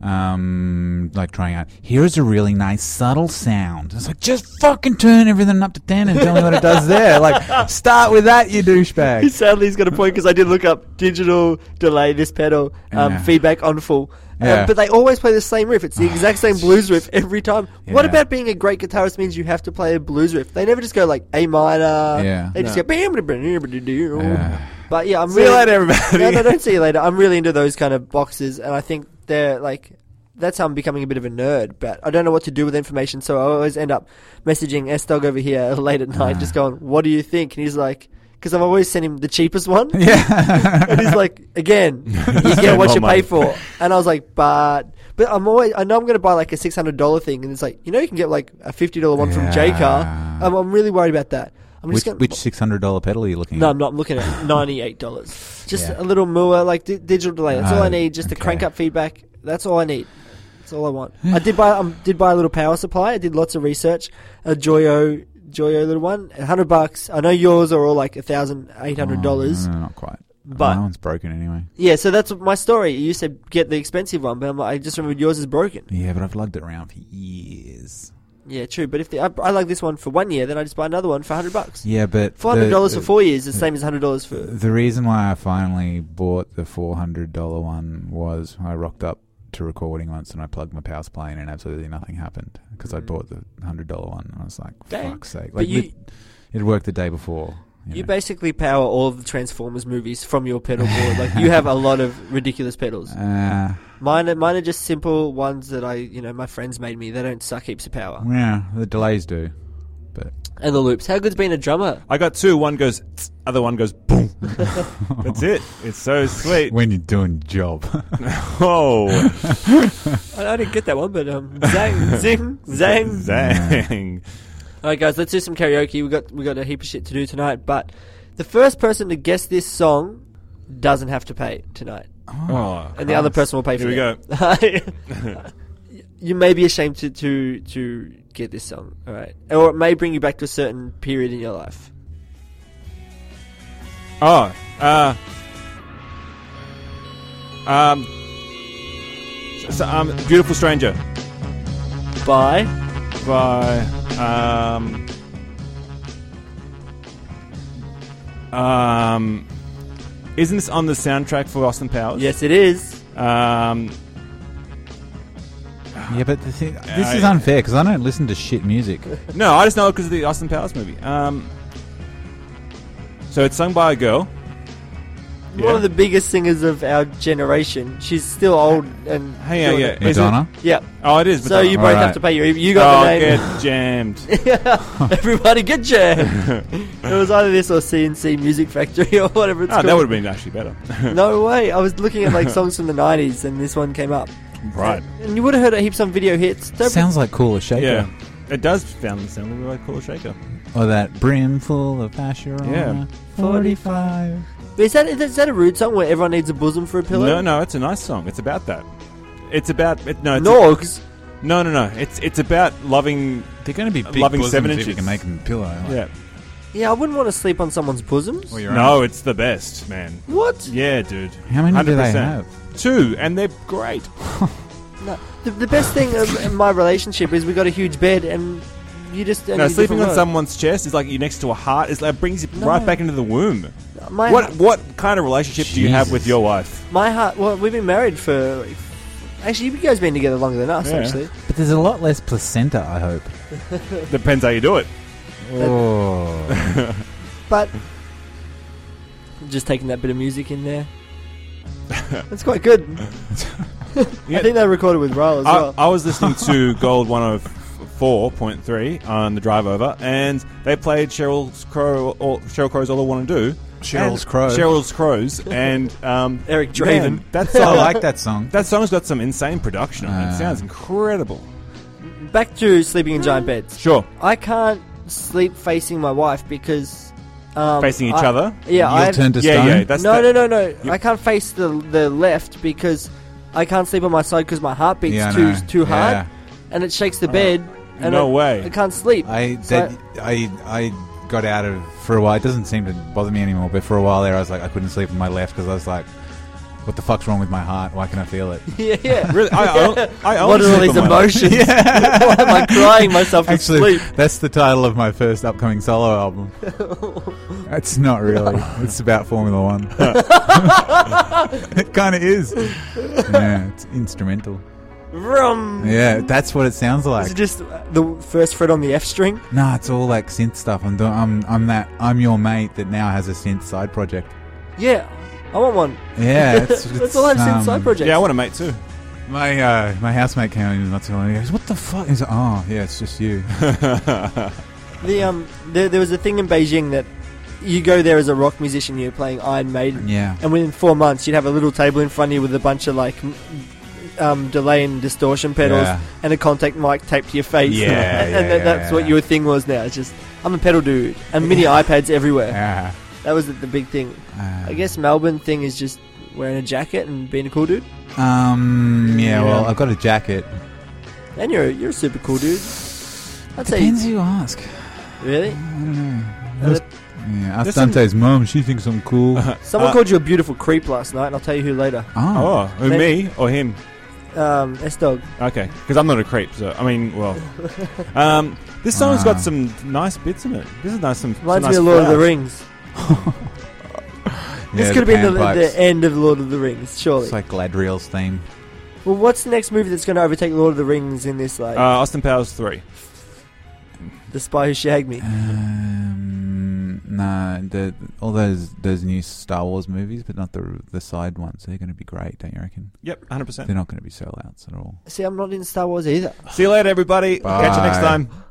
um, like trying out. Here's a really nice subtle sound. It's like just fucking turn everything up to 10 and tell me what it does there. Like, start with that, you douchebag.
Sadly, he's got a point because I did look up digital delay this pedal um,
Yeah.
feedback on full. Um,
Yeah.
but they always play the same riff. It's the exact same blues riff every time. What
Yeah.
about being a great guitarist means you have to play a blues riff? They never just go like A minor.
Yeah.
They just
No.
go bam, bam, bam, bam, bam.
Yeah.
But yeah, I'm
See you
really
later, everybody.
No, no, don't see you later. I'm really into those kind of boxes, and I think they're like that's how I'm becoming a bit of a nerd. But I don't know what to do with information, so I always end up messaging S Dog over here late at night, just going, "What do you think?" And he's like, "Because I've always sent him the cheapest one."
Yeah.
and he's like, "Again, you get what
more
you
money.
pay for." And I was like, "But." But I'm always, I know I'm going to buy like a $600 thing, and it's like, you know, you can get like a $50 one from
Yeah.
JCar. I'm, I'm really worried about that. I'm
Which,
just gonna-
which $600 pedal are you looking
no,
at?
I'm not. I'm looking at ninety-eight dollars. Just
Yeah.
a little Mua, like di- digital delay. That's all
Ah,
I need. Just to
okay.
crank up feedback. That's all I need. That's all I want. I did buy. Um, did buy a little power supply. I did lots of research. A Joyo, Joyo little one, a hundred bucks. I know yours are all like a thousand eight hundred dollars.
No, no, not quite.
But-
that one's broken anyway.
Yeah, so that's my story. You said get the expensive one, but I'm like, I just remembered yours is broken.
Yeah, but I've lugged it around for years.
Yeah, true. But if the, I, I like this one for one year, then I just buy another one for hundred bucks.
Yeah, but
Four hundred dollars
the-
for four years is the same as hundred dollars for.
The reason why I finally bought the four hundred dollar one was I rocked up to recording once and I plugged my power supply in and absolutely nothing happened because I bought the hundred dollar one and I was like,
Mm-hmm. Dang.
"Fuck's sake!"
But
Like
you-
it, it worked the day before.
You
know.
basically power all of the Transformers movies from your pedal board. like you have a lot of ridiculous pedals.
Uh,
Mine are, mine are just simple ones that I, you know, my friends made me. They don't suck heaps of power.
yeah, the delays do, but
And the loops. How good's being a drummer?
I got two. One goes, tss, other one goes, boom. That's it. It's so sweet.
when you're doing your job,
Whoa.
I, I didn't get that one, but um, zang, zing, zang.
Zang.
All right, guys, let's do some karaoke. We got we got a heap of shit to do tonight. But the first person to guess this song doesn't have to pay tonight,
Oh.
and the other person will pay
Here
for
we go.
it. we go. you may be ashamed to to to get this song. All right, or it may bring you back to a certain period in your life.
Oh, uh, um, s- um, beautiful stranger
Bye.
by um, um, isn't this on the soundtrack for Austin Powers?
Yes, it is.
Um,
yeah, but the thing, this
I-
is unfair because I don't listen to shit music.
no, I just know it because of the Austin Powers movie. Um, so it's sung by a girl.
One
Yeah.
of the biggest singers of our generation. She's still old and
Hang on,
doing
yeah,
it.
is it-
Madonna.
yeah.
Oh, it is.
So
Madonna.
you both
All
have
right.
to pay your. You got
oh,
the name.
get jammed.
Everybody get jammed. it was either this or CNC Music Factory or whatever it's
Ah,
called.
that would have been actually better.
No way. I was looking at like songs from the '90s, and this one came up.
right.
And you would have heard it heaps on video hits. Don't
Sounds like Cooler Shaker,
Yeah. It does sound sound a little bit like Cooler Shaker.
or that brim full of Passion.
Yeah.
forty-five.
is that is that a rude song where everyone needs a bosom for a pillow?
No, no, it's a nice song. It's about that. It's about it, no, it's
Norgs.
no, no, no. It's it's about loving.
They're going to be big
Loving
bosoms
seven
if you
inches.
can make them a pillow. like-
Yeah,
Yeah, I wouldn't want to sleep on someone's bosoms.
or your
no, it's the best, man.
What?
Yeah, dude.
How many do they
100%.
have?
Two, and they're great.
No, the, the best thing of, in my relationship is we got a huge bed and you just and
No,
you
sleeping
different
on
world.
someone's chest is like you're next to a heart. It's like, it brings you right back into the womb.
My
what
hu-
what kind of relationship do you have with
Jesus.
your wife?
my heart. Well, we've been married for like, actually you guys been together longer than us.
Yeah.
Actually,
But there's a lot less placenta, I hope.
Depends how you do it.
Oh.
but just taking that bit of music in there. That's quite good.
Yeah.
I think they recorded with Raul as
I,
well.
I was listening to Gold 104.3 on the drive over, and they played Cheryl's Crow, all, Cheryl Crow's All I Want to Do.
Cheryl's
And-
Crow.
Cheryl's Crows. And um,
Eric Draven.
man, that
Oh, I
song,
like that song.
that song's got some insane production on it. It
Ah.
sounds incredible.
Back to sleeping in giant beds.
Sure.
I can't sleep facing my wife because um,
Facing each
I-
other?
Yeah, I
You'll turn to
Yeah,
stone.
yeah. That's
no,
that-
no, no, no.
You-
I can't face the the left because I can't sleep on my side because my heart beats
Yeah, I
too
know.
too hard,
Yeah.
and it shakes the bed. And
Uh, No
I-
way.
I can't sleep.
I
So
that I I got out of for a while. It doesn't seem to bother me anymore. But for a while there, I was like, I couldn't sleep on my left because I was like, what the fuck's wrong with my heart? Why can I feel it?
yeah, yeah.
Really? I, own- I, own
what are all
Superman.
these emotions? Why am I crying myself to
Actually,
sleep?
that's the title of my first upcoming solo album. It's not really. It's about Formula One. it kind of is. Yeah, it's instrumental.
Vroom.
Yeah, that's what it sounds
Is it
like.
just the first fret on the F string?
Nah, it's all like synth stuff. I'm doing. I'm. I'm that. I'm your mate that now has a synth side project.
Yeah, I want one.
Yeah, it's,
That's all I've seen
um,
side projects.
Yeah, I want a mate too.
My uh, my housemate came in not too long ago. He goes, "What the fuck?" He's like, "Oh, yeah, it's just you."
The um, there, there was a thing in Beijing that you go there as a rock musician, you're playing Iron Maiden,
yeah.
and within four months you'd have a little table in front of you with a bunch of like m- um, delay and distortion pedals
Yeah.
and a contact mic taped to your face.
Yeah,
and,
yeah,
and that, that's what
yeah.
your thing was now. It's just I'm a pedal dude, and mini iPads everywhere.
Yeah.
That was the, the big thing.
Uh,
I guess Melbourne thing is just wearing a jacket and being a cool dude.
Um. Yeah,
Yeah.
Well, I've got a jacket.
And you're a- you're a super cool dude. I'd say
Depends Mm. who you ask.
really.
I don't know.
Uh,
That's- yeah, ask
there's some-
Dante's mum. She thinks I'm cool.
Someone
Uh,
called you a beautiful creep last night, and I'll tell you who later.
oh.
Oh, who, me or him?
Um, S Dog.
Okay, because I'm not a creep, so I mean, well, um, this song's
Ah.
got some nice bits in it. This is nice. Some some
Reminds me
nice
of Lord of the
flow.
Rings.
Yeah,
this could have been the,
panpipes.
the end of Lord of the Rings, surely.
It's like Gladriel's theme.
well, what's the next movie that's going to overtake Lord of the Rings in this, like,
Uh, Austin Powers three.
The Spy Who Shagged Me?
Um, nah, the all those those new Star Wars movies, but not the the side ones. They're going to be great, don't you reckon?
Yep, hundred percent.
They're not going to be sellouts at all.
See, I'm not in Star Wars either.
See you later, everybody. Catch you next
Bye.
time.